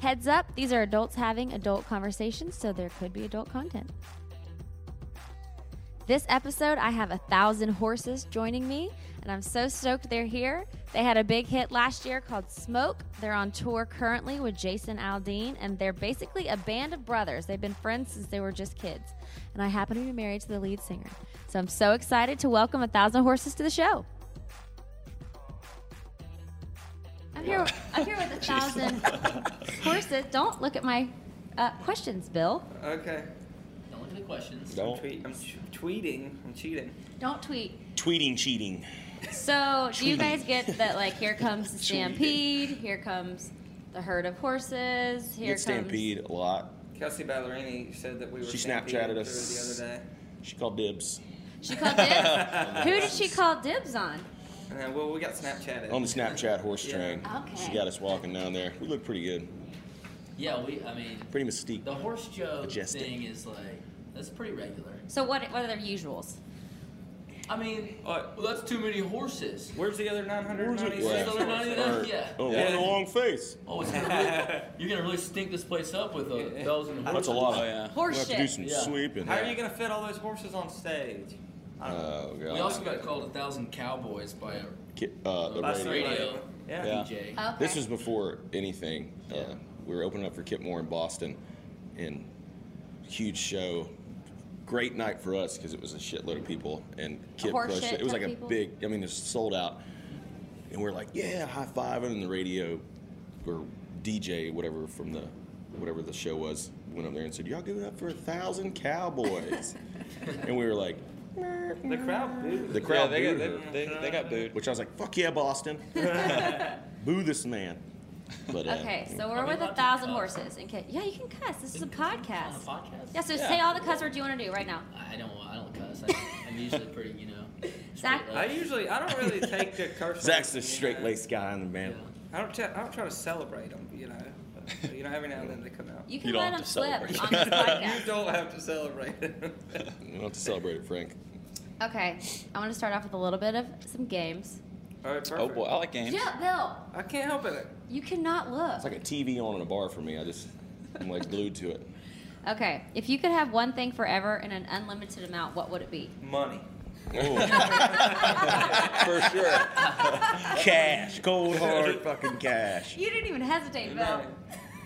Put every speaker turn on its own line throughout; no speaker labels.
Heads up, these are adults having adult conversations, so there could be adult content. This episode, I have a thousand horses joining me, and I'm so stoked they're here. They had a big hit last year called Smoke. They're on tour currently with Jason Aldean, and they're basically a band of brothers. They've been friends since they were just kids, and I happen to be married to the lead singer. So I'm so excited to welcome a thousand horses to the show. I'm here. I'm here with a thousand horses. Don't look at my uh, questions, Bill.
Okay.
Don't look at the questions.
I'm,
Don't.
tweet, I'm t- tweeting. I'm cheating.
Don't tweet.
Tweeting cheating.
So, do you guys get that? Like, here comes the stampede. Here comes the herd of horses. Here
Get
comes
stampede a lot.
Kelsey Ballerini said that we were.
She
stampeded
Snapchatted us.
through the other day.
She called dibs
She called dibs. Who did she call dibs on?
And then, well, we got Snapchatted.
on the Snapchat horse
Yeah.
train.
Okay.
She got us walking down there. We look pretty good,
Yeah, we. I mean,
pretty mystique.
the horse joke
Majestic.
thing is like that's pretty regular.
So, what? What are their usuals?
I mean,
Uh,
well, that's too many horses.
Where's the other
Where's
996?
the
other 99? Yeah.
Oh,
Yeah.
what a long face.
Oh, it's gonna really, you're gonna really stink this place up with a thousand horses.
That's a lot.
Oh yeah.
We have
Horse
to do
shit.
some
Yeah.
sweeping.
How are you gonna fit all those horses on stage? I don't know.
Oh
We
god.
also got called a thousand cowboys by a
Ki- Uh, the
Bus
radio.
radio.
radio.
Yeah.
Yeah.
DJ.
Okay.
This was before anything.
Yeah.
Uh, we were opening up for Kip Moore in Boston, and huge show. Great night for us because it was a shitload of people, and Kip
Horse
crushed
shit
it. It was
ton
like
of
a
people.
big. I mean, it was sold out, and we're like, yeah, high fiving, and the radio or DJ, whatever from the whatever the show was, went up there and said, y'all give it up for a thousand cowboys, and we were like,
The crowd booed.
the crowd
they, got,
booed
they,
her.
they, they got booed.
Uh, which I was like, fuck yeah, Boston, boo this man. But, uh,
Okay, so we're
Are we
with
allowed
a
to
thousand
cuss?
horses. In case, yeah, you can cuss. This is a
On a
podcast.
podcast.
Yeah, so say all the cuss words you want to do right now.
I don't. I don't cuss. I, I'm usually pretty. You know.
Zach-
straight
I
up.
usually I don't really take the curse.
Zach's
you
the
know.
straight laced guy in the band.
I don't try, I don't try to celebrate them. You know. But, you know every now and then they come out.
You can
You don't
let
have
them
to
slip on this
celebrate.
You
podcast.
don't have to celebrate them.
You don't have to celebrate it, Frank.
Okay, I want to start off with a little bit of some games.
all right. Perfect.
Oh boy, I like games.
Yeah, Bill,
I can't help it.
you cannot look.
It's like a TV on in a bar for me. I just, I'm like glued to it.
Okay, if you could have one thing forever in an unlimited amount, what would it be?
Money.
for sure. cash. Cold, hard fucking cash.
You didn't even hesitate, Bill.
No.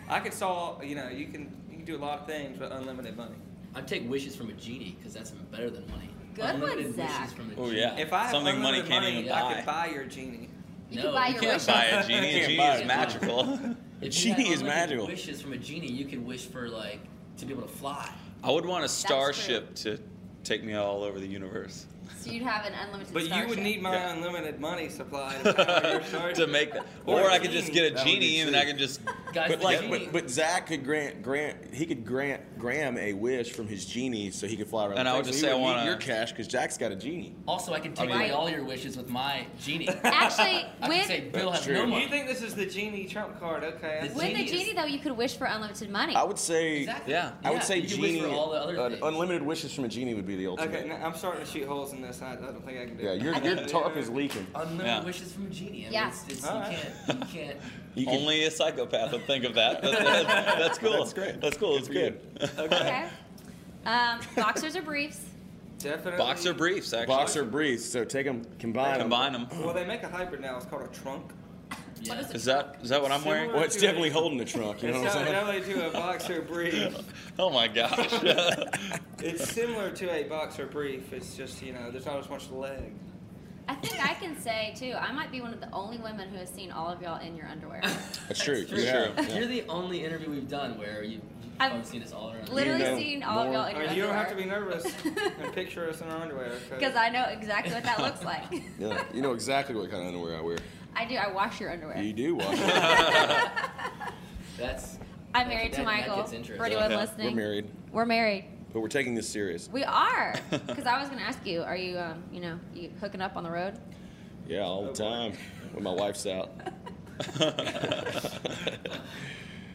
I could solve. You know, you can you can do a lot of things with unlimited money.
I take wishes from a genie because that's better than money.
Good one,
Unlimited
Zach.
Wishes from a
Oh
genie.
yeah.
If I have
something money
unlimited
can't
money,
even
I
buy.
could buy your genie.
You
No,
can buy
you
your
can't
wishes.
buy a genie. A
Can't
genie
buy
is
it.
magical.
If you
Genie
had
is
unlimited
magical.
Wishes from a genie, you could wish for like to be able to fly.
I would want a
true.
starship to take me all over the universe
So you'd have an unlimited.
But you would
starship.
need my
Yeah.
unlimited money supply to power your search.
to make that.
Or
Or,
a
I could just
genie.
get a
That would be
genie and
sweet.
I can just.
Guys,
put
the
Like,
together-
but, but Zach could grant grant he could grant Graham a wish from his genie so he could fly around.
And
the
I would
place.
just
So he
say I
wouldn't need
wanna-
your cash because Jack's got a genie.
Also, I can take
mean-
away all your wishes with my genie. I
Actually,
can say
with
Bill has
That's true.
no
You
money.
think this is the genie trump card? Okay. I
The
see.
with the
genius.
genie though, you could wish for unlimited money.
I would say
Exactly.
Yeah.
I would
Yeah,
say
you could wish
genie.
for all the other
uh,
things.
unlimited wishes from a genie would be the ultimate.
Okay, now I'm starting to shoot holes in this. I, I don't think I can do
Yeah,
it.
your, your tarp is leaking.
Unlimited
Yeah.
wishes from a genie. I mean,
Yeah.
it's, it's, you
Alright.
can't. You can't.
You can-
Only a psychopath would think of that. That's, that's, that's cool.
That's great.
That's cool. It's
for you.
good.
okay. Um, boxers or briefs?
Definitely.
Boxer briefs, actually.
Boxer briefs, so take them, combine, 'em.
Combine them.
Well, they make a hybrid now. It's called a trunk.
Yeah.
is it?
Is that is that what I'm wearing?
Well, it's definitely holding the trunk. You know
it's
what I'm
not
saying?
really to a boxer brief.
Oh my gosh.
It's similar to a boxer brief. It's just you know, there's not as much leg.
I think I can say too. I might be one of the only women who has seen all of y'all in your underwear.
That's true.
You're,
Yeah. yeah.
you're the only interview we've done where you, you've
I've
probably seen us all around.
Literally
know
seen all of
more-
y'all
I
in
mean, you
your
don't have to
underwear.
be nervous and picture us in our underwear. okay?
Because I know exactly what that looks like.
Yeah, You know exactly what kind of underwear I wear.
I do. I wash your underwear.
You do wash.
That's.
I'm married to
that- that
Michael.
gets interesting.
For anyone
Yeah,
listening,
We're married,
We're married.
but we're taking this serious.
We are. Because I was going to ask you, are you, um, you know, you hooking up on the road?
Yeah, all the
Oh, boy.
time when my wife's out.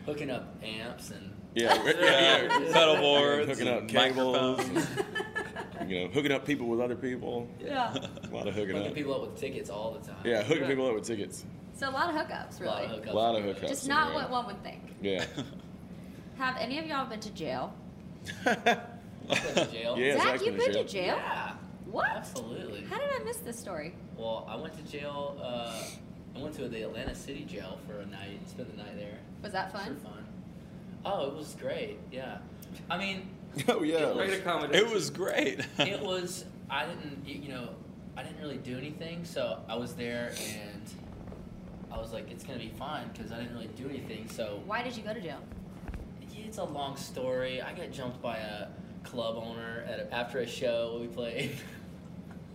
Hooking up amps and.
Yeah, we're-
Yeah,
yeah, yeah.
pedal boards,
hooking up
and
cables,
microphones.
and, you know, hooking up people with other people.
Yeah.
A lot of hooking
Hooking
up.
people up with tickets all the time.
Yeah, hooking people up with tickets.
So a lot of hookups,
A lot of
really.
hookups.
A lot of hookups.
Just not
yeah.
what one would think.
Yeah.
Have any of y'all been to jail?
Went to jail.
Yeah,
Zach,
Zach
you've
went
been
to
to jail?
Yeah.
What?
Absolutely.
How did I miss this story?
Well, I went to jail. Uh, I went to the Atlanta City Jail for a night. Spent the night there.
Was that
It was
fun?
sure fun. Oh, it was great. Yeah. I mean,
Oh
Great
yeah.
accommodation.
It was great.
it was. I didn't. You know, I didn't really do anything. So I was there, and I was like, it's gonna be fine because I didn't really do anything. So
Why did you go to jail?
It's a long story. I got jumped by a club owner at a, after a show we played.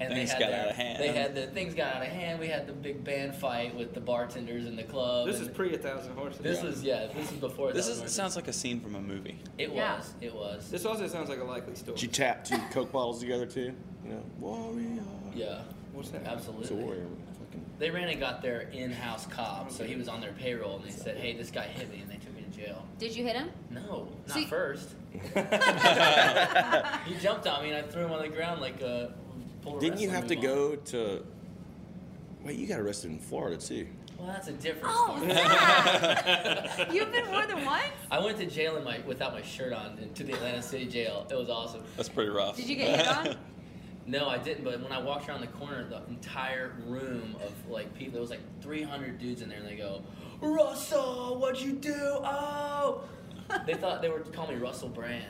and
Things
had
got
their-
out of hand.
They had the things got out of hand. We had the big band fight with the bartenders in the club.
This is
and
pre a thousand horses.
This was yeah. This is before.
this
that
is,
was-
sounds like a scene from a movie.
It
Yeah.
was. It was.
This also sounds like a likely story.
Did you tap two Coke bottles together too? You know, warrior.
yeah.
What's that?
It's a
Absolutely.
warrior. Fucking-
They ran and got their in-house cop, so he was on their payroll, and they said, "Hey, this guy hit me," and they took me to jail.
Did you hit him?
No, not
So you-
first. he jumped on me and I threw him on the ground like a. pulled a
Didn't you
wrestling
have to
move on him.
go to? Wait, you got arrested in Florida too.
Well, that's a different.
Oh,
story.
Zach! You've been more than once?
I went to jail in my without my shirt on and to the Atlanta City Jail. It was awesome.
That's pretty rough.
Did you get hit on?
No, I didn't. But when I walked around the corner, the entire room of like people, there was like 300 dudes in there, and they go, "Russell, what'd you do? Oh!" they thought they were calling me Russell Brand.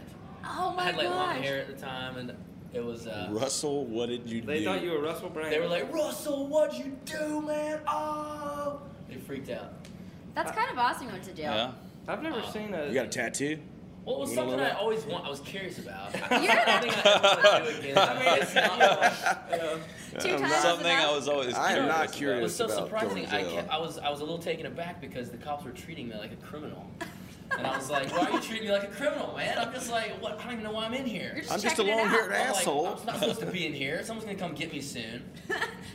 Oh
I
my
had like long
gosh.
hair at the time, and it was. Uh,
Russell, what did you
They
do?
thought you were Russell Brand.
They were like, Russell, what'd you do, man? Oh! They freaked out.
That's kind of awesome you went to
Yeah.
jail.
I've never
Oh.
seen a.
You got a tattoo?
Well, it was
You don't
something
know
I
that?
always want. I was curious about. I
You're
don't think I ever want to do again. I mean, it's not.
Two times is
Something I
enough?
was always.
I am not
It was
curious
so
about
surprising.
going to
I,
jail.
kept, I was I was a little taken aback because the cops were treating me like a criminal, and I was like, "Why are you treating me like a criminal, man?" I'm just like, "What? I don't even know why I'm in
You're
here."
just
I'm just a
checking it out.
long-haired
I'm like,
asshole.
I'm not supposed to be in here. Someone's gonna come get me soon.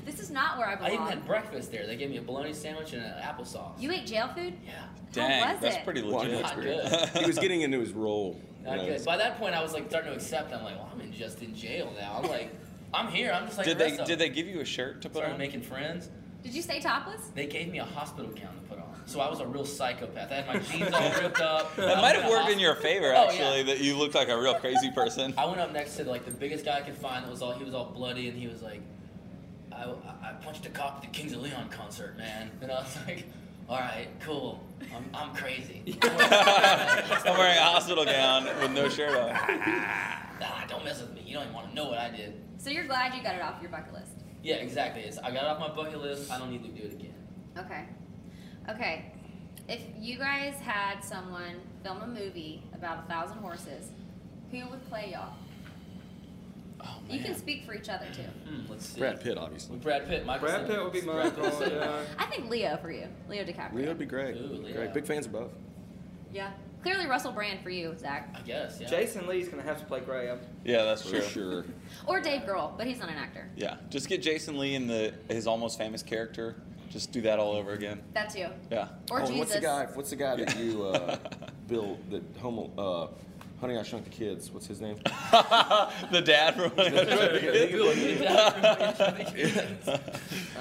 This is not where I
I even
belong.
had breakfast there. They gave me a bologna sandwich and an applesauce.
you ate jail food?
yeah.
Dang,
was
that's
it?
pretty
Well, I
legit.
know it's
Not
weird.
good.
he was getting into his role. you
Not
know.
good. By that point, I was like starting to accept. I'm like, well, I'm in just in jail now. I'm like, I'm here. I'm just like
Did
the
they
rest of
did
them.
they give you a shirt to put
started
on?
making friends?
Did you stay topless?
They gave me a hospital gown to put on, so I was a real psychopath. I had my jeans all ripped up. I
That
was
might
a
have worked in
hosp-
your favor,
Oh,
actually,
yeah.
that you looked like a real crazy person.
I went up next to like the biggest guy I could find. That was all he was all bloody, and he was like, I, I punched a cop at the Kings of Leon concert, man. And I was like, all right, cool. I'm, I'm crazy.
I'm wearing a hospital gown with no shirt on.
ah, don't mess with me. You don't even want to know what I did.
So you're glad you got it off your bucket list.
Yeah, exactly. It's, I got it off my bucket list. I don't need to do it again.
Okay. Okay. If you guys had someone film a movie about a thousand horses, who would play y'all?
Oh,
You can speak for each other too.
Hmm, let's see.
Brad Pitt, obviously.
With Brad Pitt. Michael
Brad Pitt
Cera.
would be my uh,
Brad Pitt.
call, yeah.
I think Leo for you, Leo DiCaprio.
Leo would be great.
Ooh, Leo.
Great. Big fans of both.
Yeah. Clearly Russell Brand for you, Zach,
I guess. Yeah.
Jason Lee's gonna have to play Graham.
Yeah, that's
For
true.
sure.
or Dave Grohl, but he's not an actor.
Yeah, just get Jason Lee in the his almost famous character. Just do that all over again.
That's you.
Yeah.
Or
oh,
Jesus.
and what's the guy? What's the guy that you uh, Bill that home uh, Honey I Shrunk the Kids? What's his name?
the dad from
I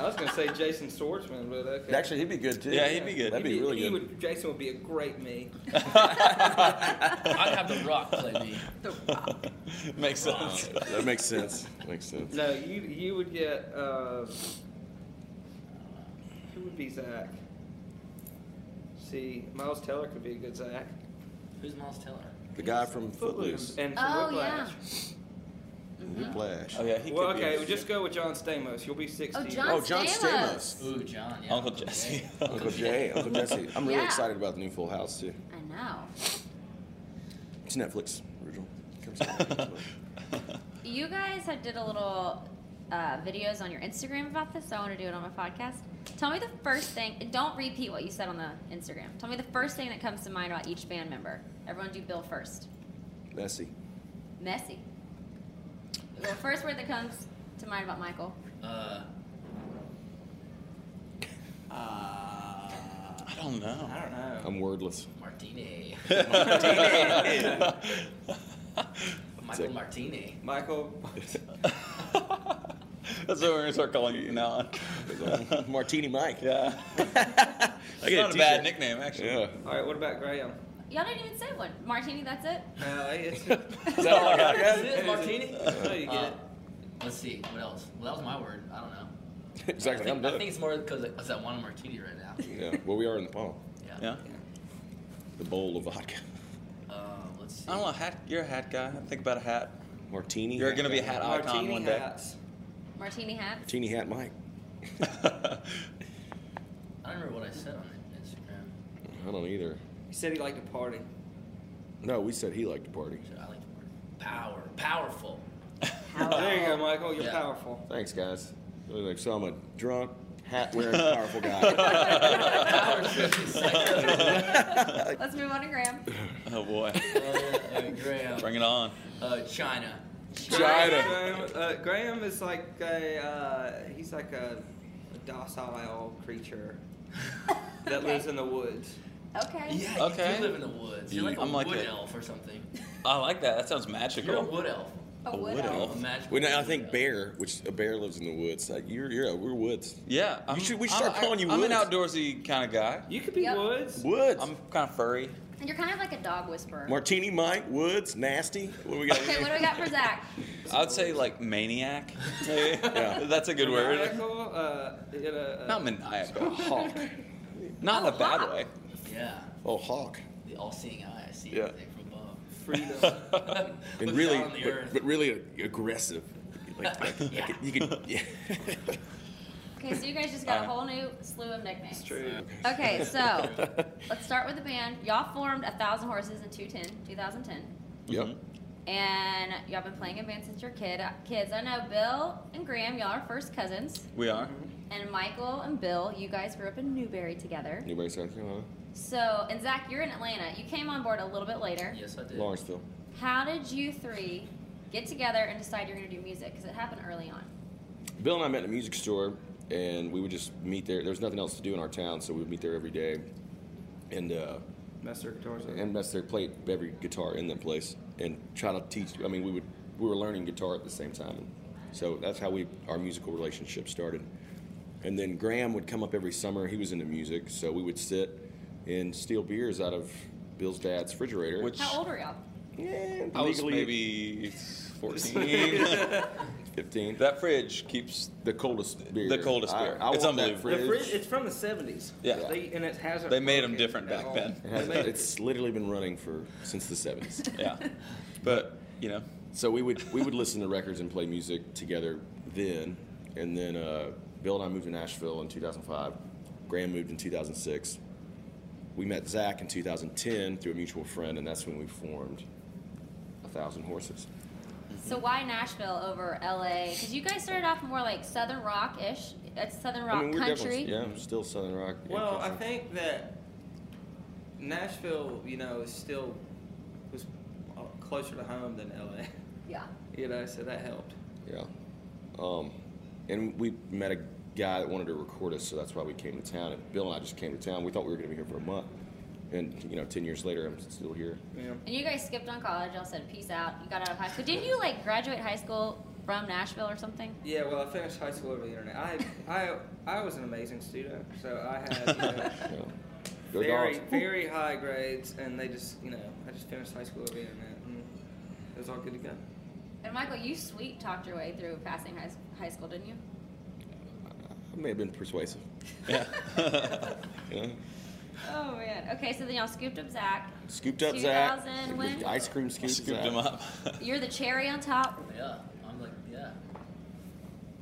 was gonna say Jason Swordsman, but okay.
Actually, he'd be good too.
Yeah, he'd be good.
That'd be,
He'd
really
he
good.
Would, Jason would be a great me.
I'd have The Rock play me.
Makes sense.
that makes sense. Makes sense.
No, you you would get. Uh, who would be Zach? See, Miles Teller could be a good Zach.
Who's Miles Teller?
The guy from Footloose,
and from
Oh yeah.
Whiplash.
Whiplash.
Oh yeah, he
Well,
could be
okay,
a-
we'll just go with John Stamos. You'll be sixty.
Oh, John,
Oh, John
Stamos.
Stamos.
Ooh, John. Yeah,
Uncle Jesse.
Uncle Jay, Uncle Jesse. I'm really
Yeah.
excited about the new Full House too.
I know.
It's Netflix original. Comes out on Netflix.
You guys have did a little uh, videos on your Instagram about this, so I want to do it on my podcast. Tell me the first thing. and Don't repeat what you said on the Instagram. Tell me the first thing that comes to mind about each band member. Everyone do Bill first.
Messy.
Messy. The first word that comes to mind about Michael.
Uh,
I don't know.
I don't know.
I'm wordless.
Martini.
Sick.
Michael Martini.
Michael,
That's what we're gonna start calling you now. on.
Martini Mike.
Yeah,
I
it's
get
not a
a
bad
t-shirt.
nickname actually.
Yeah.
all right, what about Graham?
Y'all didn't even say one. Martini, that's it?
No, it's,
Is that all I got, guys?
It is.
Martini?
no, you get
Uh,
it.
let's see. What else? Well, that was my word. I don't know.
exactly.
I think,
I'm
I
done.
think it's more because I want a martini right now.
Yeah. Well, we are in the palm.
Yeah.
Yeah.
The bowl of vodka.
Uh, let's see.
I don't know. Hat. You're a hat guy. I think about a hat.
Martini.
You're
hat
gonna be a
guy.
hat icon
Martini
one
hats.
Martini hats.
Martini hat Mike.
day.
I don't remember what I said on Instagram.
I don't either.
He said he liked to party.
No, we said he liked to party.
Should I like the word? Power. Powerful.
There you go, Michael. You're
Yeah.
powerful.
Thanks, guys. Really like, so I'm a drunk, hat wearing, powerful guy.
Power is like,
Let's move on to Graham.
oh boy,
uh, Graham.
bring it on.
Uh, China.
China.
Graham, uh, Graham is like a uh, he's like a, a docile creature that lives in the woods.
Okay.
Yeah,
Okay.
you do live in the woods. You're like a
I'm like
wood
a-
elf or something.
I like that. That sounds
You're a
magical.
wood elf.
A wood
wood
elf.
elf.
A magical
Well, now I
wood
think
elf.
bear, which a bear lives in the woods. Like, you're, you're a, we're woods.
Yeah, I'm,
should- we should
I'm-
start calling you
I'm an
Woods.
outdoorsy kind of guy.
You could be
Yep.
woods.
Woods.
I'm kind of furry.
And you're kind of like a dog whisperer.
Martini Mike, woods, nasty. What do we got?
okay, what do we got for Zach?
I'd say like maniac. Maybe.
Yeah.
That's a good word.
Maniacal, uh, you know, uh,
Not maniacal. Hawk. Not in a bad way.
Yeah.
Oh, hawk.
The all-seeing eye. I see
Yeah.
everything from above.
freedom.
And
Looks
really,
down on the
but,
earth.
but really aggressive. Like, like, like
Yeah.
you could, yeah.
Okay, so you guys just got a
Alright.
whole new slew of nicknames.
It's true.
Okay, so let's start with the band. Y'all formed A Thousand Horses in 210, 2010.
Yep.
Mm-hmm.
And y'all been playing in band since your kid kids. I know Bill and Graham, y'all are first cousins.
We are.
And Michael and Bill, you guys grew up in Newberry together.
Newberry, South Carolina.
So, and Zach, you're in Atlanta. You came on board a little bit later.
Yes, I did.
Lawrenceville.
How did you three get together and decide you're going to do music? Because it happened early on.
Bill and I met in a music store, and we would just meet there. There was nothing else to do in our town, so we would meet there every day, and uh,
Master guitars. are-
and mess there, play every guitar in the place, and try to teach. I mean, we would we were learning guitar at the same time, and so that's how we our musical relationship started. And then Graham would come up every summer. He was into music, so we would sit and steal beers out of Bill's dad's refrigerator.
Which
How old were y'all?
yeah,
I was
legally
maybe 14.
fifteen.
that fridge keeps.
the coldest beer.
The coldest
I-
beer.
I
It's
want that
unbelievable.
The fridge.
fridge.
It's from the seventies.
Yeah.
They, and it hasn't.
They made 'em
broken
different
at
back
all.
then.
It has- it's literally been running for since the seventies.
Yeah. But you know,
So we would we would listen to records and play music together then, and then uh, Bill and I moved to Nashville in 2005. Graham moved in 2006. We met Zach in 2010 through a mutual friend, and that's when we formed a Thousand Horses.
So why Nashville over LA? Because you guys started off more like Southern rock ish. It's Southern rock
we're
country.
definitely- yeah, I'm still Southern rock. and
Well, I
country.
think that Nashville, you know, is still was uh, closer to home than LA.
Yeah.
You know, so that helped.
Yeah. Um, and we met a guy that wanted to record us, so that's why we came to town. And Bill and I just came to town. We thought we were going to be here for a month. And, you know, 10 years later, I'm still here.
Yeah.
And you guys skipped on college. Y'all said peace out. You got out of high school. Didn't you like graduate high school from Nashville or something?
Yeah, well, I finished high school over the internet. I, I, I was an amazing student, so I had you know,
You know. Go
very,
dogs.
very high grades, and they just, you know, I just finished high school over the internet, and it was all good to go.
And Michael, you sweet talked your way through passing high, high school, didn't you?
I may have been persuasive.
yeah.
You know?
Oh man. Okay, so then y'all scooped up Zach.
Scooped up Zach.
2000
with
when?
Ice cream scooped,
Scooped
Zach.
him up.
You're the cherry on top.
Yeah. I'm like, yeah.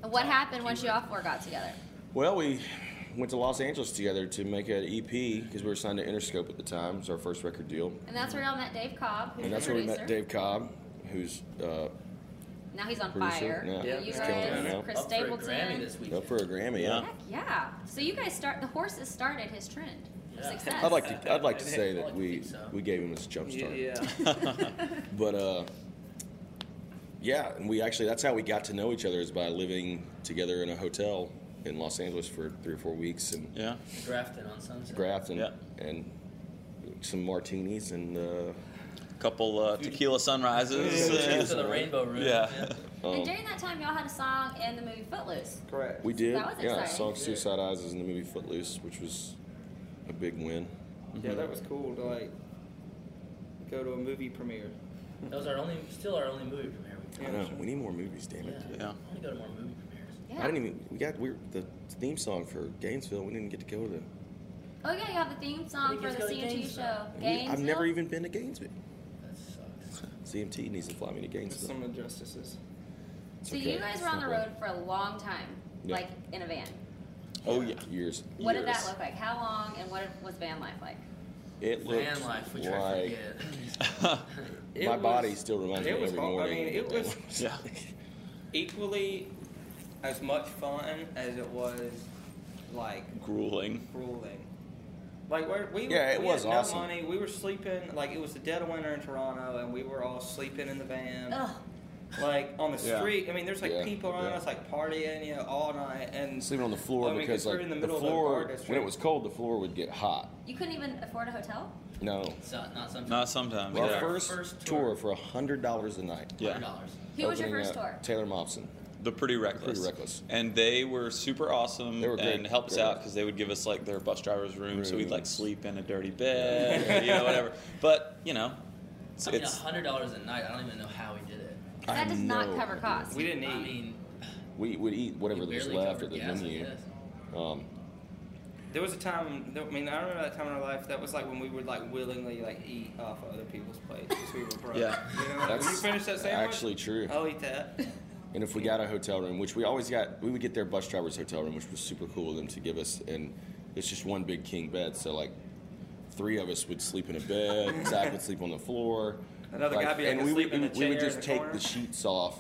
And What happened once you all four got together?
Well, we went to Los Angeles together to make an EP because we were signed to Interscope at the time. It was our first record deal.
And that's where y'all met Dave Cobb, who's
And that's
the
where we
producer.
met Dave Cobb, who's uh,
Now he's on
Pretty
fire.
sure, yeah.
The
Yeah,
Uter
he's killing it
is,
now.
Chris
Up for a
Stapleton.
Grammy this week.
Up for a Grammy,
Yeah.
yeah.
Heck yeah. So you guys start the horses started his trend. of
Yeah.
Success.
I'd like to. I'd like to
I
say
like
that
to
we
think so.
we gave him his jump
Yeah,
start.
yeah.
But uh, yeah, and we actually that's how we got to know each other is by living together in a hotel in Los Angeles for three or four weeks and
Yeah.
Grafton on Sunset.
Grafton
Yeah.
and some martinis and uh,
Couple uh, tequila sunrises.
Yeah.
Yeah.
To the Rainbow Room.
Yeah.
and during that time, y'all had a song in the movie Footloose.
Correct.
um, we did.
That was
yeah,
exciting.
song "Suicide Eyes" is in the movie Footloose, which was a big win.
Yeah, that
Mm-hmm.
was cool to like go to a movie premiere.
That was our only, still our only movie premiere. We did.
I know. We need more movies, damn
Yeah.
it.
I want to go to more movie premieres.
Yeah.
I didn't even. We got we the theme song for Gainesville. We didn't get to go to.
Oh yeah, you have the theme
We
song for
just
the
go to
CMT
Gainesville.
show.
we-
Gainesville.
I've never even been to Gainesville.
That sucks.
CMT needs to fly me to
Just
Gainesville.
some injustices.
It's
So
okay.
you guys
It's
were on
no
the
big-
road for a long time,
Yeah.
like in a van.
Oh yeah, years.
What did that
years.
look like? How long and what was van life like?
It looked
Van life, which I
like
forget.
It
my
was
body still reminds me
it was
every
hard. I
morning.
mean, it
that
was-
that
Yeah.
equally as much fun as it was like
Grueling.
grueling. Like we're, we were-
Yeah, it
we
was
had
awesome.
no money. We were sleeping like it was the dead of winter in Toronto, and we were all sleeping in the van,
Ugh.
like on the
Yeah.
street. I mean, there's like
Yeah,
people around
yeah.
us like partying, you know, all night, and
Sleeping on the floor
I mean,
because
'cause we're
like
in the
the,
middle of a bar
floor when
district.
it was cold, the floor would get hot.
You couldn't even afford a hotel?
No,
It's not, not something.
Not sometimes.
our
did
Yeah.
our
first,
first
tour,
tour.
for hundred dollars a night.
$100.
yeah.
Who was your
Opening
first
up,
tour?
Taylor Mobson.
The Pretty Reckless.
Pretty Reckless.
And they were super awesome
They were great-
and helped us
great.
out because they would give us like their bus driver's room, so we'd like
Rooms.
sleep in a dirty bed, or, you know, whatever. But you know, it's,
I mean,
it's
hundred dollars a night. I don't even know how we did it.
I
That does
have
not
no
cover
idea.
costs.
we didn't eat.
I mean,
We would eat whatever
we
there was
barely
left at
covered
the
gas, I
venue.
guess.
Um,
there was a time. I mean, I remember that time in our life. That was like when we would like willingly like eat off of other people's plates because we were broke.
Yeah.
you know, like,
that's
"Will you finish that sandwich. Oh,
actually true.
I'll eat that.
And if we got a hotel room, which we always got, we would get their bus driver's hotel room, which was super cool of them to give us. And it's just one big king bed, so like three of us would sleep in a bed. Zach would sleep on the floor.
Another guy be, like,
and we would
asleep in the
we
chair
would
in
just
the
take
corner.
the sheets off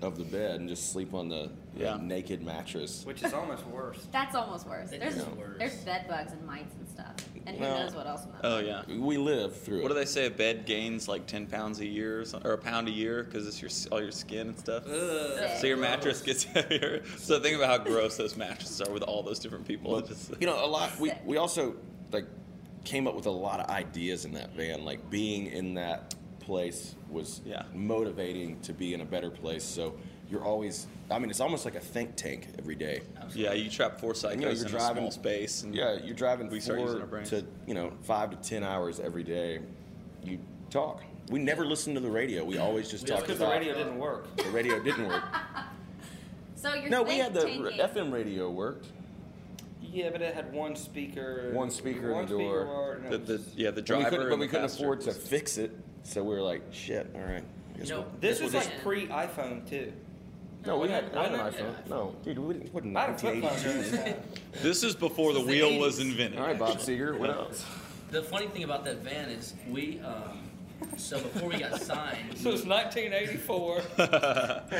of the bed and just sleep on the
Yeah.
the naked mattress.
Which is almost worse.
That's almost worse.
It
There's
is worse.
there's bed bugs and mites and stuff, and who
Well,
knows what else. in that.
oh yeah.
We live through
What do
it.
they say? A bed gains like ten pounds a year, or, some- or a pound a year, because it's your all your skin and stuff.
Ugh.
Sick.
So your mattress gets heavier. So think about how gross those mattresses are with all those different people. It's just-
you know, a lot. We
Sick.
we also like came up with a lot of ideas in that van. Like being in that place was
Yeah.
motivating to be in a better place. So you're always. I mean, it's almost like a think tank every day.
yeah, you trap four psychos
You know, you're
in a small
driving-
space. And
Yeah, you're driving
We start using our
four
brains.
to you know five to ten hours every day. You talk. We never listened to the radio. We always just
We
talked
Because
always
about
the radio didn't work.
the radio didn't work.
So you're
no, we
think
had the
tanking.
FM radio worked.
Yeah, but it had one speaker.
One speaker in
one
the door.
speaker, and it
The,
was
the,
just-
yeah, the
And
driver.
we couldn't, but
and
we
the
couldn't
pastor
afford to
was-
fix it, so we were like, "Shit, all right." I guess
You know,
we'll-
This
guess we'll
was
just-
like pre iPhone too.
No, we had, I had an
I had an
iPhone. No, dude, we didn't. What
I had a flip phone
1982?
during this time.
This is before the
This is
wheel
the 80s.
was invented.
All right, Bob Seger. What else?
The funny thing about that van is we. Um, so before we got signed,
So it's 1984.
Well, yeah,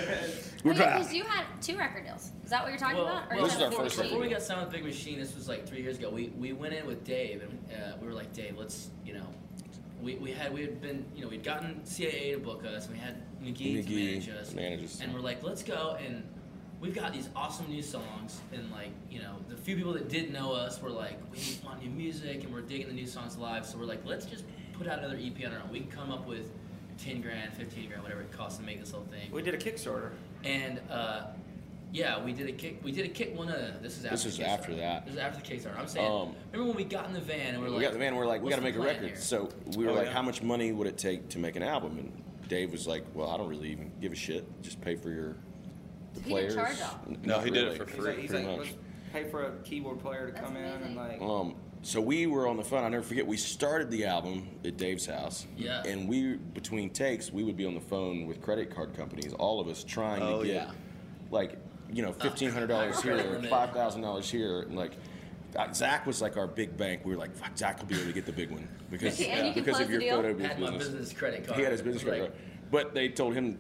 because you had two record deals. Is that what you're talking
well,
about?
well,
is
This is
that
our
before
before,
first
you-
before we
record.
got signed with Big Machine, this was like three years ago. We we went in with Dave and uh, we were like, Dave, let's you know, we, we had we had been you know we'd gotten CAA to book us, and we had McGee, to
McGee
manage us,
manages.
and we're like, let's go and we've got these awesome new songs, and like you know the few people that did know us were like, we need want new music, and we're digging the new songs live, so we're like, let's just put out another EP on our own. We can come up with. 10 grand, 15 grand, whatever it costs to make this whole thing.
we did a Kickstarter.
And uh, yeah, we did a kick. We did a kick. Well, no, no, no, this is after.
This is
the Kickstarter.
after that.
This is after the Kickstarter. I'm saying.
Um,
remember when we got in the van and we
We
were like,
got the man. We're like, we
"What's
got to
the
make a
plan
record.
here?"
So we were
Oh,
like,
yeah.
how much money would it take to make an album? And Dave was like, well, I don't really even give a shit. Just pay for your
He
the
didn't
players.
charge y'all.
N-
No,
not
he did it
really.
for
He's like,
free.
he's
pretty
like
much.
let's pay for a keyboard player to
That's
come in and like.
amazing.
Um, so we were on the phone. I never forget. We started the album at Dave's house.
Yeah.
And we between takes, we would be on the phone with credit card companies, all of us trying
Oh,
to get,
yeah.
like, you
Oh,
know, fifteen hundred dollars
credit
here,
limit.
five thousand dollars here, and like. uh, Zach was like our big bank. We were like, "Fuck, Zach will be able to get the big one because
And you can
because
close
of
the
your
deal?
photo
Had
booth
my
business."
business credit card.
He had his business
Like,
card, but they told him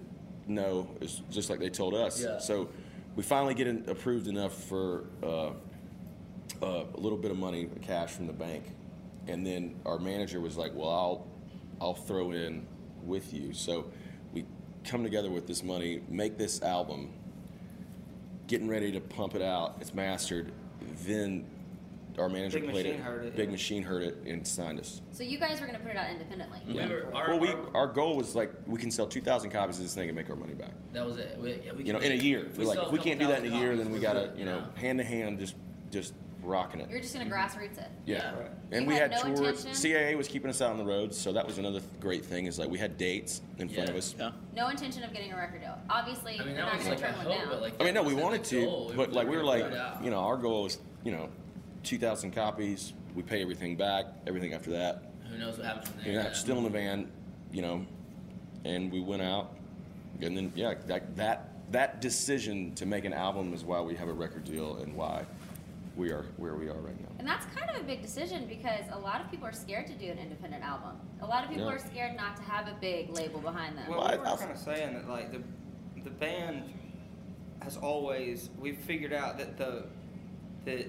no, it's just like they told us.
Yeah.
So we finally get in, approved enough for uh, uh, a little bit of money, cash from the bank, and then our manager was like, "Well, I'll I'll throw in with you." So we come together with this money, make this album, getting ready to pump it out. It's mastered. Then our manager
Big
played
Machine
it.
heard it,
Big
yeah.
Machine heard it and signed us.
So you guys were gonna put it out independently.
We were, our,
well, we
our-
our goal was like we can sell two thousand copies of this thing and make our money back.
that was it. We, yeah, we
You know,
can-
in a year.
if
We're like,
sell
if we
couple
can't do that in a
thousand
year,
copies,
then we
we're
gotta,
good.
you know,
Yeah.
hand to hand, just just rocking it.
You're just gonna grassroots it.
Yeah.
Yeah.
And
You
we
had
had,
no
tours.
intention?
CAA was keeping us out on the road, so that was another th- great thing. Is like we had dates in front of
Yeah.
us.
Yeah.
No intention of getting a record deal. Obviously,
I mean,
you're
that
not
was
gonna
like our
turn one
hope,
down.
but like,
I mean,
that
no, we
wasn't
wanted
the
to,
goal.
but like we were like,
gonna put it out.
you know, our goal was, you know, two thousand copies. We pay everything back. Everything after that,
who knows what happens from there?
you know, still in the van, you know, and we went out, and then yeah, that that that decision to make an album is why we have a record deal and why we are where we are right now.
And that's kind of a big decision because a lot of people are scared to do an independent album. A lot of people
Yeah.
are scared not to have a big label behind them.
Well,
Well, I-
we were
I'll-
kind of saying that like the the band has always we've figured out that the that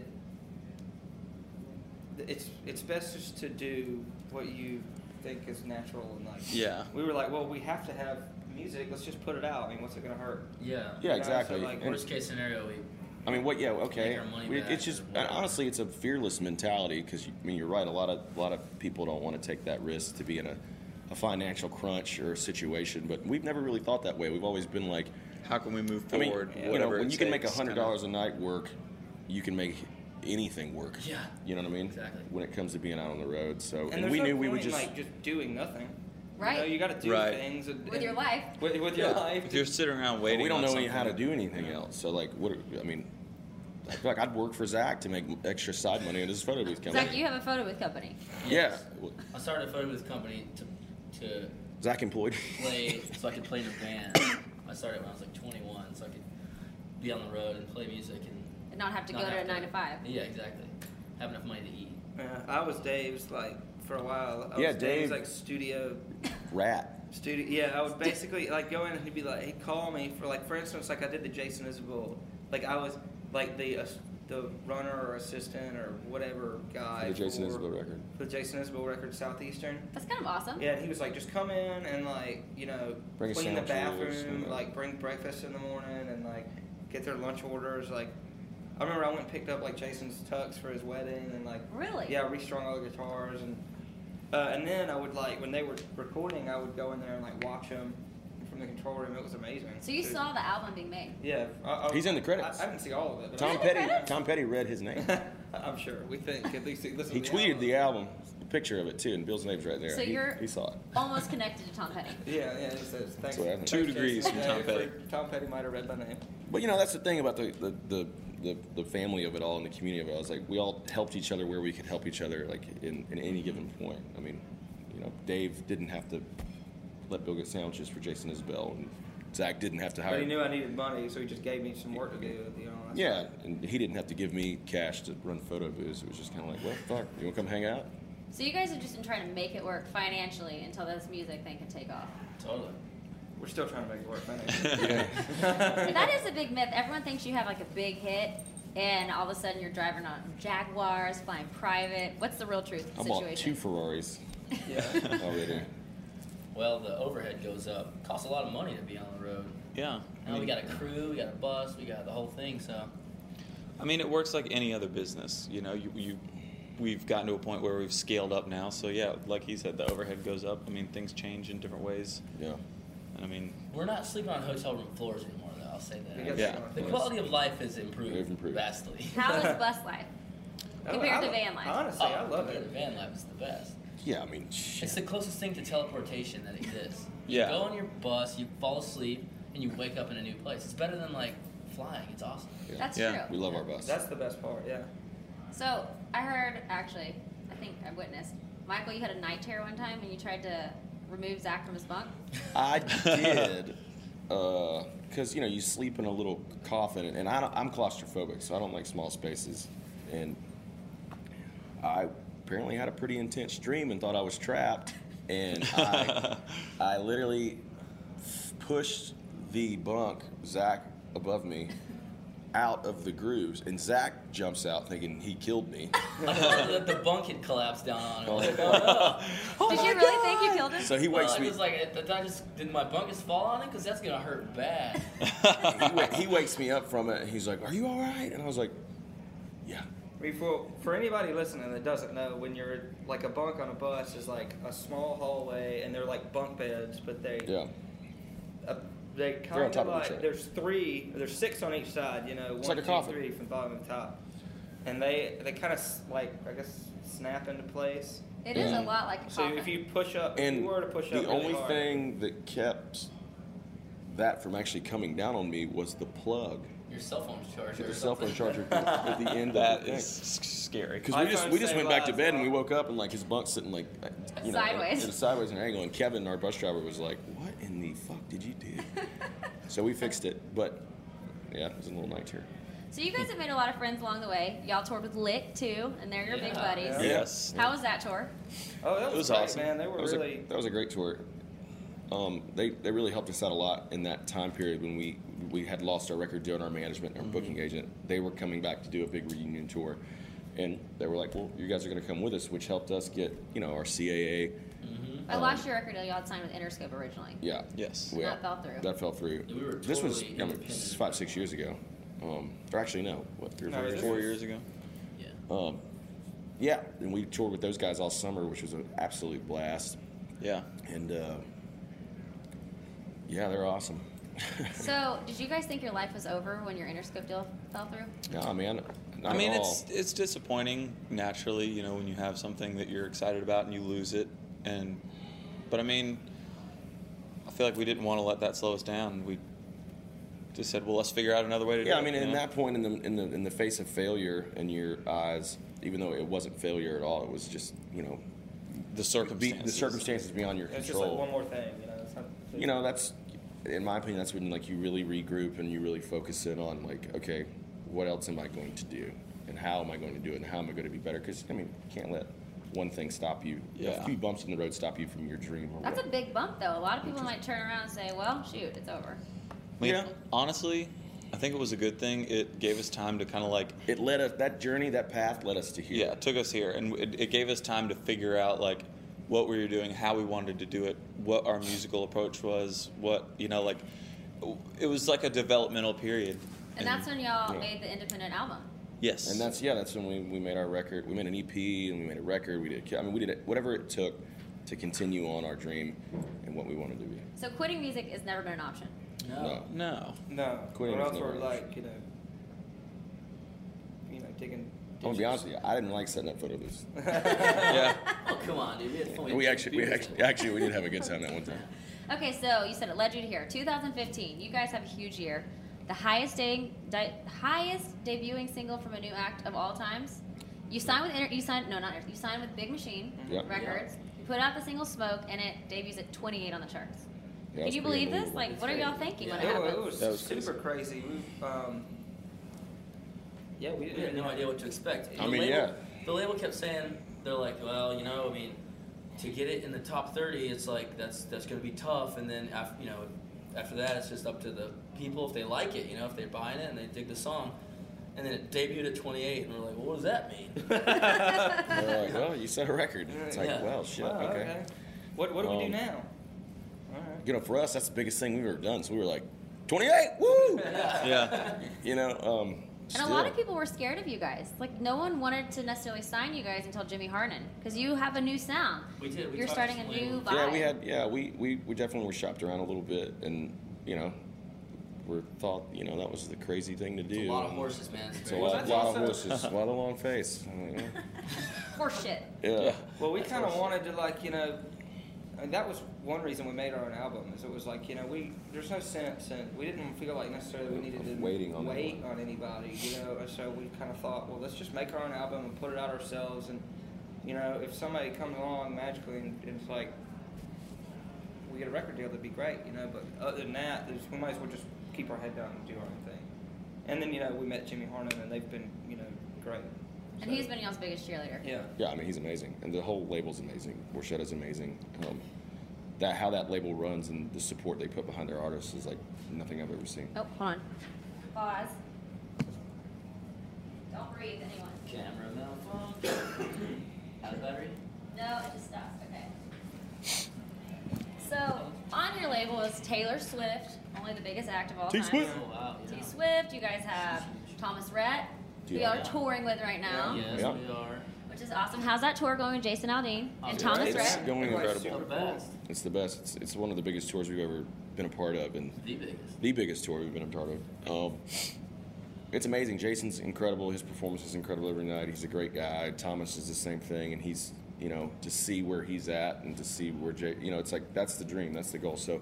that it's it's best just to do what you think is natural and like
Yeah.
we were like well we have to have music let's just put it out I mean what's it gonna hurt
Yeah.
Yeah,
You know, so,
exactly.
like,
And-
Worst case scenario, we
I mean, what? Yeah,
Make
okay.
our money
We-
back
It's just
or
and
whatever.
honestly, it's a fearless mentality because I mean, you're right. A lot of a lot of people don't want to take that risk to be in a, a financial crunch or a situation, but we've never really thought that way. We've always been like,
How can we move
I mean,
forward?
you know,
whatever
when
it
you can make a
takes,
hundred
kinda-
dollars a night work, you can make anything work.
Yeah.
You know what I mean?
Exactly.
When it comes to being out on the road, so
and,
and,
there's
we
no
knew
point
we would
in,
just
like just doing nothing you, know,
Right.
you got to do
Right.
things and,
With your
and-
life.
with, with your life
If you're sitting around
but
waiting,
we don't
on
know any- how to
something-
do anything else. So like, what? I mean, I feel like I'd work for Zach to make extra side money in his photo booth company.
Zach, you have a photo with company.
yeah.
I started a photo booth company to to
Zach employed.
play so I could play in a band. I started when I was like 21, so I could be on the road and play music and
And not have to
not
go to
have
a nine to five.
Yeah, exactly. Have enough money to eat.
Yeah, I was Dave's like for a while I
Yeah,
was Dave's
Dave-
like studio
Rat.
Studio, yeah, I would basically like go in and he'd be like, he'd call me for like, for instance, like I did the Jason Isabel, like I was like the uh, the runner or assistant or whatever guy
The Jason
for-
Isbell record.
for the Jason Isabel record, Southeastern.
That's kind of awesome.
Yeah, and he was like, just come in and like, you know,
Bring a
clean the
sandwich or
bathroom,
something.
like bring breakfast in the morning, and like get their lunch orders. Like, I remember I went and picked up like Jason's tux for his wedding, and like,
Really?
yeah, I restrung all the guitars, and uh, and then I would like when they were recording, I would go in there and like watch them from the control room. It was amazing.
So you
Dude.
saw the album being made.
Yeah, I, I,
He's in the credits.
I, I didn't see all of it. But
Tom
Is that
Petty.
right?
Tom Petty read his name.
I'm sure we think at least listen
He
to
tweeted
the.
the album, the picture of it too, and Bill's name's right there.
So
he,
you're-
he saw it.
Almost connected to Tom Petty.
album. Yeah, yeah. It says, thanks,
what happened.
thanks,
Two degrees
Jason,
from Tom
yeah,
Petty.
for- Tom Petty might have read my name.
But you know, that's the thing about the the, the, the the family of it all and the community of it. I was like, we all helped each other where we could help each other, like in, in any given point. I mean, you know, Dave didn't have to let Bill get sandwiches for Jason Isbell, and Zach didn't have to hire.
But he knew I needed money, so he just gave me some work to do. You know. that's-
yeah, and he didn't have to give me cash to run photo booths. It was just kind of like, well, fuck, you want to come hang out?
So you guys have just been trying to make it work financially until this music thing can take off.
Totally.
We're still trying to make it work. man.
See, that is a big myth. Everyone thinks you have like a big hit, and all of a sudden you're driving on Jaguars, flying private. What's the real truth
I bought two
situation?
Ferraris
yeah.
already.
Well, the overhead goes up. Costs a lot of money to be on the road.
Yeah. I
Now
mean,
we got a crew, we got a bus, we got the whole thing. So
I mean, it works like any other business. You know, you, you we've gotten to a point where we've scaled up now. So yeah, like he said, the overhead goes up. I mean, things change in different ways.
Yeah.
And I mean,
we're not sleeping on hotel room floors anymore, though. I'll say
We got
that.
Yeah.
some-
The quality of life has improved,
They've improved.
vastly.
How is bus life?
I-
Compared
I-
to van life.
Honestly, I
Oh,
love
the
it.
Van life is the best.
Yeah, I mean, shit.
It's the closest thing to teleportation that exists. You
Yeah.
go on your bus, you fall asleep, and you wake up in a new place. It's better than like flying. It's awesome.
Yeah.
That's
Yeah.
true.
we love our bus.
That's the best part. Yeah.
So I heard actually, I think I witnessed. Michael, you had a night terror one time when you tried to remove Zach from his bunk.
I did. Because, you know, you sleep in a little coffin, and I don't, I'm claustrophobic, so I don't like small spaces. And I apparently had a pretty intense dream and thought I was trapped. And I, I literally pushed the bunk, Zach above me, out of the grooves, and Zach jumps out thinking he killed me.
that the bunk had collapsed down on him. Like, oh,
Did you really think you killed him?
So he wakes
I
me.
was like, did I just did my bunkus fall on it? Because that's gonna hurt bad.
He, wa- he wakes me up from it. And he's like, "Are you all right?" And I was like, "Yeah."
Before, for anybody listening that doesn't know, when you're like a bunk on a bus is like a small hallway, and they're like bunk beds, but they
Yeah.
uh, they
on
kind
top
of
of each
like
other.
there's three, there's six on each side. You know, one, two, three
like a coffin.
from bottom to top, and they they kind of like I guess snap into place.
It is a
Yeah.
lot like a
So
coffin.
if you push up, if
And
you were to push
the
up, really
only
hard-
thing that kept that from actually coming down on me was the plug
Your cell phone's charged.
to
or
the cell phone
something.
charger at the end of
That
the
is
thing.
s- scary.
Because we
iPhone
just we just
save
went back to
lives,
bed and
huh?
we woke up and like his bunk's sitting like uh, you know,
Sideways.
at a sideways in an angle and Kevin our bus driver was like what in the fuck did you do so we fixed it but yeah it was a little night terror
so you guys have made a lot of friends along the way. Y'all toured with Lit too, and they're your big
Yeah.
buddies.
Yeah.
Yes.
How was that tour?
Oh, that was,
It was
great,
awesome.
man. They were
that was
really.
a, that was a great tour um, they they really helped us out a lot in that time period when we we had lost our record deal and our management
Mm-hmm.
and our booking agent they were coming back to do a big reunion tour and they were like well you guys are going to come with us which helped us get you know our CAA
I
Um,
lost your record deal. Y'all had signed with Interscope originally.
yeah
Yes.
Yeah,
That fell through.
That fell through.
We were
this was
totally
I mean,
independent.
s- five, six years ago. Um, or actually, no, what, three or
No,
four
it
years
was-
ago?
Four years ago.
Yeah.
Um, yeah, and we toured with those guys all summer, which was an absolute blast.
Yeah.
And uh, yeah, they're awesome.
So did you guys think your life was over when your Interscope deal fell through?
Nah, man. Not
I mean,
at all.
it's it's disappointing naturally, you know, when you have something that you're excited about and you lose it, and but I mean, I feel like we didn't want to let that slow us down. We just said, well, let's figure out another way to do
Yeah,
it.
I mean,
you
in
know?
that point, in the in the in the face of failure in your eyes, even though it wasn't failure at all, it was just you know
the
be,
circumstances,
the circumstances beyond your
It's just
control.
like one more thing, you know. It's not,
you know that's in my opinion that's when like you really regroup and you really focus in on like okay what else am i going to do and how am i going to do it and how am i going to be better because i mean you can't let one thing stop you
Yeah.
a few bumps in the road stop you from your dream or
That's a
whatever.
big bump, though. A lot of people might turn around and say, "Well, shoot, it's over."
I mean,
Yeah.
honestly, I think it was a good thing. It gave us time to kind of like
it led us that journey that path led us to here
Yeah, it took us here, and it, it gave us time to figure out like what we were doing, how we wanted to do it, what our musical approach was, what you know, like it was like a developmental period.
And that's when y'all
yeah.
made the independent album.
yes,
and that's yeah that's when we, we made our record we made an ep and we made a record we did i mean we did it, whatever it took to continue on our dream and what we wanted to be
So quitting music has never been an option.
No.
no
no.
no.
Quitting
or
is
else
never
we're
an
like, you know, you know, digging.
i'm gonna be honest with you i didn't like setting up photo booths
yeah,
Oh come on, dude. We had fun.
we
had
actually we
beers.
actually, actually we did have a good time that one time
Okay, so you said it led you to here. 2015. You guys have a huge year. The highest day, di- highest debuting single from a new act of all times. You signed with Inter- you signed no not Inter- you signed with Big Machine
Mm-hmm. Yeah.
Records. You put out the single Smoke and it debuts at 28 on the charts.
Yeah,
Can
it's
you
pretty
believe this?
unbelievable.
Like, what are y'all thinking when it
Yeah.
It wa-
happens?
it was,
That was
super crazy. We, um, yeah, we
We had
didn't
no idea what to expect.
I mean,
label,
yeah.
The label kept saying they're like, well, you know, I mean, to get it in the top thirty, it's like that's that's going to be tough. And then after you know, after that, it's just up to the people if they like it. You know, if they're buying it and they dig the song. And then it debuted at 28, and we're like, well, what does that mean?
And They're like, well, you set a record. It's like,
Yeah.
well, Oh, shit,
Wow,
okay.
What what do we do
Um,
now? All right.
You know, for us, that's the biggest thing we've ever done. So we were like, 28, woo!
yeah.
you know, um,
And a lot of people were scared of you guys. Like no one wanted to necessarily sign you guys until Jimmy Harden because you have a new sound.
We did. We
You're
talked
starting
to
a
some
new
labels.
vibe.
Yeah, we had, yeah, we, we, we definitely were shopped around a little bit and, you know, we're thought, you know, that was the crazy thing to do.
It's a lot of horses, man. It's
It's a
very-
lot,
that's
lot
also-
of horses, a lot of long face. Yeah.
horseshit.
yeah.
Well, we kind of wanted to like you know, and that was one reason we made our own album. Is it was like you know we there's no sense and we didn't feel like necessarily we needed to
Of waiting on
wait
that
on anybody, you know. and So we kind of thought, well, let's just make our own album and put it out ourselves. And you know, if somebody comes along magically and, and it's like we get a record deal, that'd be great, you know. But other than that, there's, we might as well just keep our head down and do our own thing. And then you know we met Jimmy Harnum and they've been you know great.
And he's been y'all's biggest cheerleader.
Yeah.
Yeah, I mean, he's amazing. And the whole label's amazing. Borchetta's amazing. Um, that how that label runs and the support they put behind their artists is like nothing I've ever seen.
Oh, hold on. Pause. Don't breathe, anyone.
Camera malfunction. Out of battery?
No, it just stopped. Okay. So on your label is Taylor Swift, only the biggest act of all time.
T-Swift.
Oh, wow. Yeah.
T Swift. You guys have Thomas Rhett, who
Yeah.
y'all are touring with right now,
Yes,
Yeah.
we are.
which is awesome. How's that tour going with Jason Aldean and
Awesome.
Thomas
it's
Rhett?
going
Everybody's
incredible.
super
The
cool.
best.
It's the best. It's, it's one of the biggest tours we've ever been a part of, and
The biggest.
the biggest tour we've been a part of. Um, it's amazing. Jason's incredible. His performance is incredible every night. He's a great guy. Thomas is the same thing, and he's you know to see where he's at and to see where Jay, you know it's like that's the dream, that's the goal. So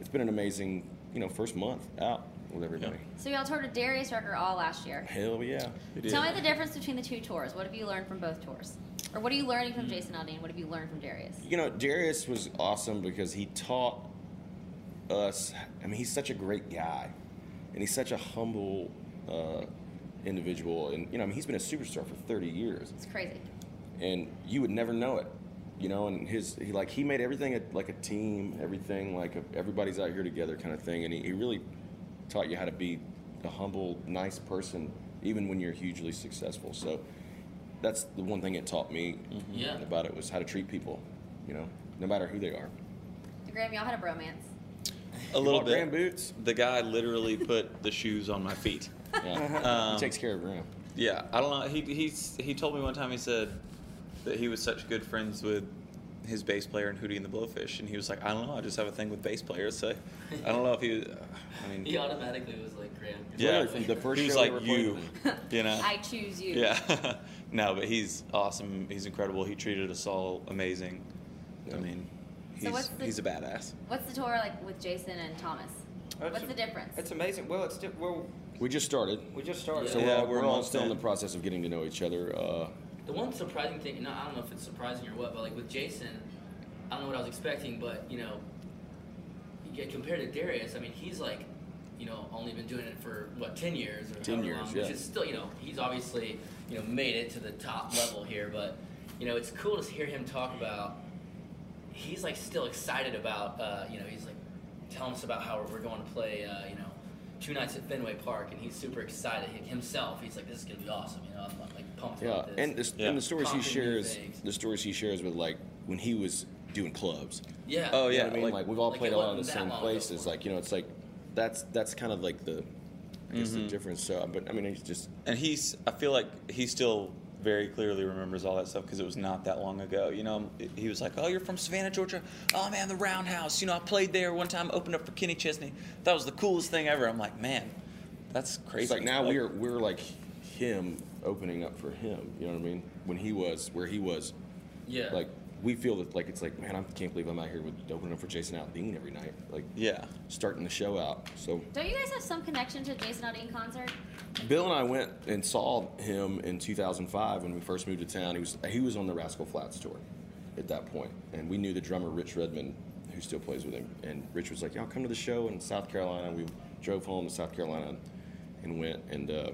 it's been an amazing you know first month out with everybody.
So y'all toured with Darius Rucker all last year.
Hell yeah!
Tell me the difference between the two tours. What have you learned from both tours? Or what are you learning from Jason Aldean? What have you learned from Darius?
You know Darius was awesome because he taught us. I mean, he's such a great guy, and he's such a humble uh, individual. And you know, I mean, he's been a superstar for 30 years.
It's crazy.
and you would never know it you know and his he like he made everything a, like a team everything like a, everybody's out here together kind of thing and he, he really taught you how to be a humble nice person even when you're hugely successful so that's the one thing it taught me
Yeah.
about it was how to treat people you know no matter who they are
Graham, y'all had a bromance.
A little
Bought Graham
bit.
boots
The guy literally put the shoes on my feet.
yeah.
Um,
he takes care of Graham
Yeah, I don't know. He he's, he told me one time he said that he was such good friends with his bass player and Hootie and the Blowfish, and he was like, I don't know, I just have a thing with bass players. So I don't know if he. I mean,
He automatically was like, Graham.
yeah,
Literally, the first
he was
show we
like
ever played
you,
with
you know.
I choose you.
yeah, no, but he's awesome. He's incredible. He treated us all amazing.
Yeah.
I mean,
So
he's
what's the-
he's a badass.
What's the tour like with Jason and Thomas?
That's
What's
a-
the difference?
It's amazing. Well, it's di- well,
we just started
we just started.
so
Yeah,
we're all,
we're
we're all
almost
still in the
in.
process of getting to know each other uh,
The one surprising thing, and I don't know if it's surprising or what, but like with Jason, I don't know what I was expecting, but you know, yeah, compared to Darius, I mean, he's like, you know, only been doing it for what ten years or
10
however
years,
long,
yeah.
which is still, you know, he's obviously, you know, made it to the top level here, but you know, it's cool to hear him talk about. He's like still excited about, uh, you know, he's like telling us about how we're going to play, uh, you know, two nights at Fenway Park, and he's super excited He- himself. He's like, this is gonna be awesome, you know, I'm like pumped
Yeah,
about this.
and the,
Yeah.
and the stories he
Conquering new
shares,
things.
the stories he shares with like when he was doing clubs.
Yeah.
Oh
You know
yeah,
what I mean, like,
like
we've all
like,
played
it
a lot of the
wasn't that
same
long ago.
places. Like you know, it's like that's that's kind of like the I guess
Mm-hmm.
the difference. So, but I mean, it's just
and he's i feel like he still very clearly remembers all that stuff because it was not that long ago you know he was like oh you're from savannah georgia oh man the roundhouse you know i played there one time opened up for kenny chesney that was the coolest thing ever i'm like man that's crazy
it's like now we're we're like him opening up for him. You know what I mean? When he was where he was,
Yeah.
like we feel that like it's like man, I can't believe I'm out here with opening up for Jason Aldean every night. Like
yeah
starting the show out. So
Don't you guys have some connection to the Jason Aldean concert?
Bill and I went and saw him in 2005 when we first moved to town. He was he was on the Rascal Flats tour at that point, and we knew the drummer Rich Redmond, who still plays with him. And Rich was like, "Y'all come to the show in South Carolina." We drove home to South Carolina and went, and uh,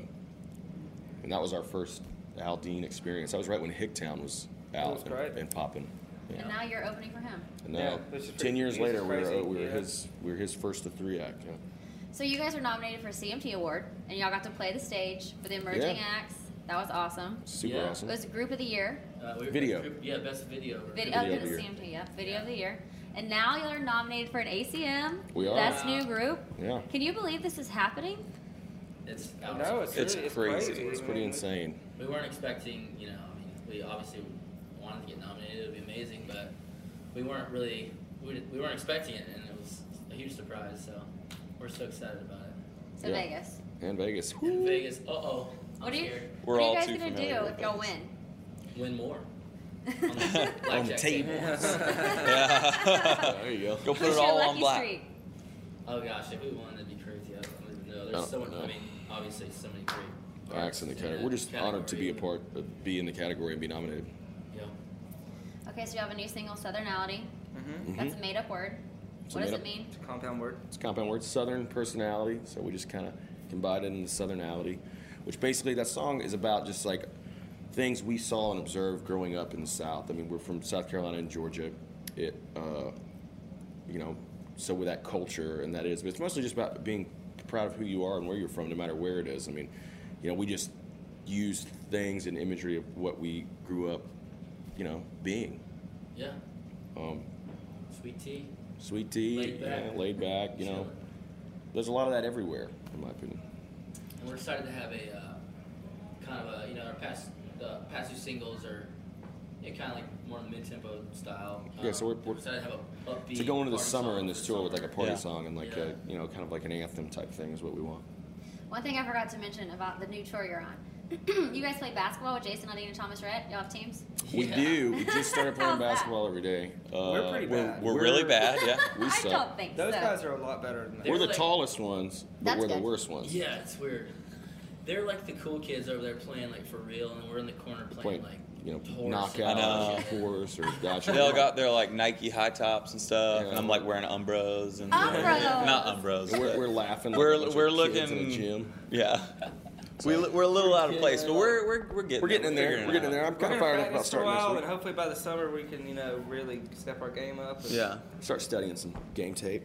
and that was our first Al Dean experience. That was right when Hicktown was out
was
and,
great.
and popping.
And now you're opening for him.
And now,
Yeah, this is
ten
pretty-
years
this is
later, we were,
crazy,
we were
yeah.
his we were his first of three act. Yeah.
So you guys were nominated for a CMT award, and y'all got to play the stage for the emerging
Yeah.
acts. That was awesome.
Super
Yeah.
It
awesome.
was group of the year.
Uh, we were
Video.
group- yeah, best video.
Video, Oh,
Video
of
of
the
the year.
CMT, yep. Video of the year. And now y'all are nominated for an ACM.
We are.
That's
Wow.
new group.
Yeah.
Can you believe this is happening?
It's, I was-
No, it's,
It's
really- it's
crazy.
crazy.
It's pretty insane.
we weren't expecting, you know, I mean, we obviously wanted to get nominated. It would be amazing, but we weren't really, we, didn't- we weren't expecting it, and it was a huge surprise. So we're so excited about it.
So
Yeah.
Vegas.
And Vegas.
In Vegas, uh oh,
What are you,
We're
what are
all
you guys
too
gonna do
familiar with
if y'all
Vegas.
win?
Win more. On the
On the
blackjack
table.
yeah
There you go.
go put
What's
it
your
all
lucky
on black
streak?
Oh gosh, if we won, it'd be crazy. I don't even know.
I
There's
don't
so much.
know.
I mean, obviously, so many great.
acts in the category. We're just honored to be a part, of, be in the category and be nominated.
Yeah.
Okay, so you have a new single, Southernality.
Mhm.
Mm-hmm.
That's a made up word.
It's a
What does
made-up-
it mean?
It's a compound word.
It's a compound word, Southern personality. So we just kind of combined it into Southernality, which basically that song is about just like things we saw and observed growing up in the South. I mean, we're from South Carolina and Georgia. It uh, you know, so with that culture and that is, but it's mostly just about being proud of who you are and where you're from, no matter where it is. I mean, you know, we just use things and imagery of what we grew up, you know, being.
Yeah.
Um,
Sweet tea.
sweet tea,
Laid back.
yeah, laid back, you know.
Chilling.
There's a lot of that everywhere, in my opinion.
And we're excited to have a uh, kind of a you know our past the past two singles are you know, kind of like more mid tempo style. Um,
Yeah, so we're- we're-
excited to have a upbeat.
to go into the
party
summer
song
in
for
this tour with like a
summer.
party
Yeah.
song and like
Yeah.
a you know kind of like an anthem type thing is what we want.
One thing I forgot to mention about the new tour you're on. you guys play basketball with Jason Aldean and Thomas Rhett. Y'all have teams.
We
Yeah.
do. We just started playing
How's that?
basketball every day. Uh,
We're pretty
We're,
bad.
we're really bad, yeah.
We
I
suck.
don't think
Those
so.
guys are a lot better than that.
We're the
like-
tallest ones, but
That's
we're the
good.
worst ones.
Yeah, it's weird. They're like the cool kids over there playing like for real, and we're in the corner playing
Playing
like
you know
horse.
knockout
I
or horse or gosh.
They all got their like Nike high tops and stuff, and
Yeah.
I'm like wearing Umbros and
Umbros.
not Umbros.
We're,
but-
we're laughing.
We're-
like a bunch of
we're
kids in
looking-
the gym.
yeah. We, we're a little out of place, but we're we're we're getting
We're getting in there.
figuring
We're
it
getting in
out.
there. I'm
We're
kind
gonna
of fired up about
practice for a
starting
while,
this
and
week.
hopefully by the summer we can, you know, really step our game up. And
Yeah.
Start studying some game tape.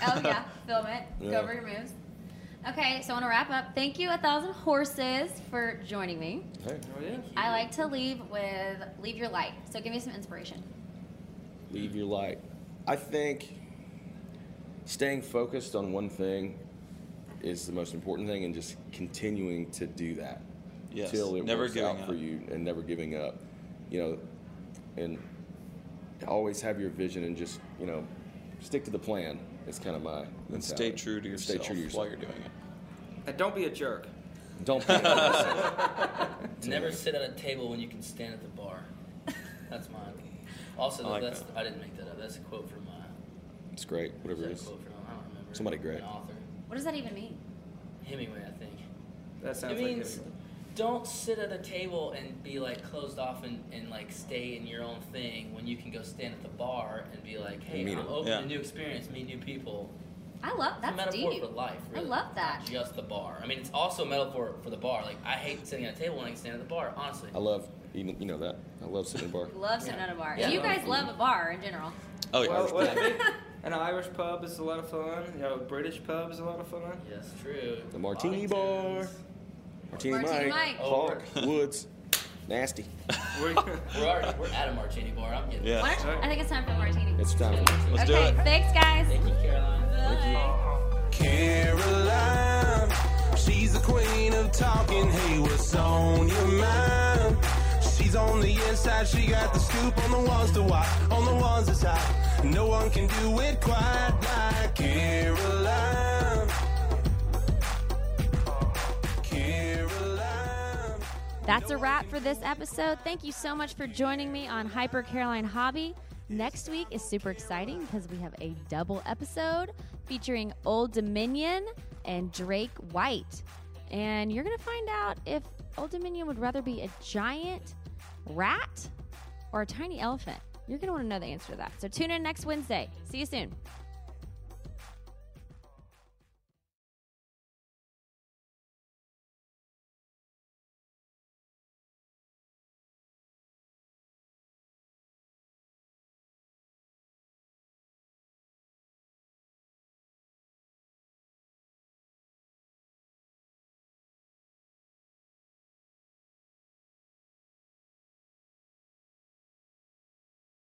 Oh yeah, film it. Go
Yeah.
over your moves. Okay, so I want to wrap up. Thank you, a thousand horses, for joining me.
Hey,
Oh, yeah.
I like to leave with "Leave Your Light." So give me some inspiration.
leave your light. I think staying focused on one thing is the most important thing, and just continuing to do that
Yes.
till it
Never
works
giving
out
up.
for you, and never giving up. You know, and always have your vision, and just you know, stick to the plan. It's kind of my
And stay
mentality.
true to
And Stay
yourself,
true to
while
yourself.
you're doing it.
And don't be a jerk.
Don't. pick up.
Never sit at a table when you can stand at the bar. That's mine. Also,
I like
that's
that.
I didn't make that up. That's a quote from uh,
it's great.
is
Whatever
that
it
a
is.
quote from I don't remember.
Somebody great.
An author.
What does that even mean?
Hemingway, I think.
That sounds
It
like
means
it.
don't sit at a table and be like closed off and, and like stay in your own thing when you can go stand at the bar and be like, hey,
Meet
I'm
'em.
open
Yeah.
to new experience, meet new people.
I love
It's a
that's
metaphor
deep.
for life.
I
Really.
love that.
Not just the bar. I mean, it's also a metaphor for the bar. Like, I hate sitting at a table when I can stand at the bar. Honestly.
I love even you know that. I love sitting in a bar.
Love sitting at a bar.
Yeah.
You guys love a bar in general.
Oh yeah.
Well, well, I think an Irish pub is a lot of fun. You know, a British pub is a lot of fun.
Yes, true.
The martini
Bobbingtons.
Martini,
Martini Mike.
Mike,
Oh,
Clark, Woods, nasty. Oh,
We're-
We're already we're at a martini bar. I'm getting.
yeah.
Why don't you- I think it's time for a martini.
It's time.
Let's do
okay,
it.
thanks guys.
Thank you, Caroline.
Bye.
oh.
Caroline, she's the queen of talking. Hey, what's on your mind? She's on the inside, she got the scoop on the ones to watch, on the ones that's hot. No one can do it quite like Caroline. Caroline.
That's a wrap for this episode. Thank you so much for joining me on Hyper Caroline Hobby. Next week is super exciting because we have a double episode featuring Old Dominion and Drake White. And you're going to find out if Old Dominion would rather be a giant rat or a tiny elephant. You're going to want to know the answer to that. So tune in next Wednesday. See you soon.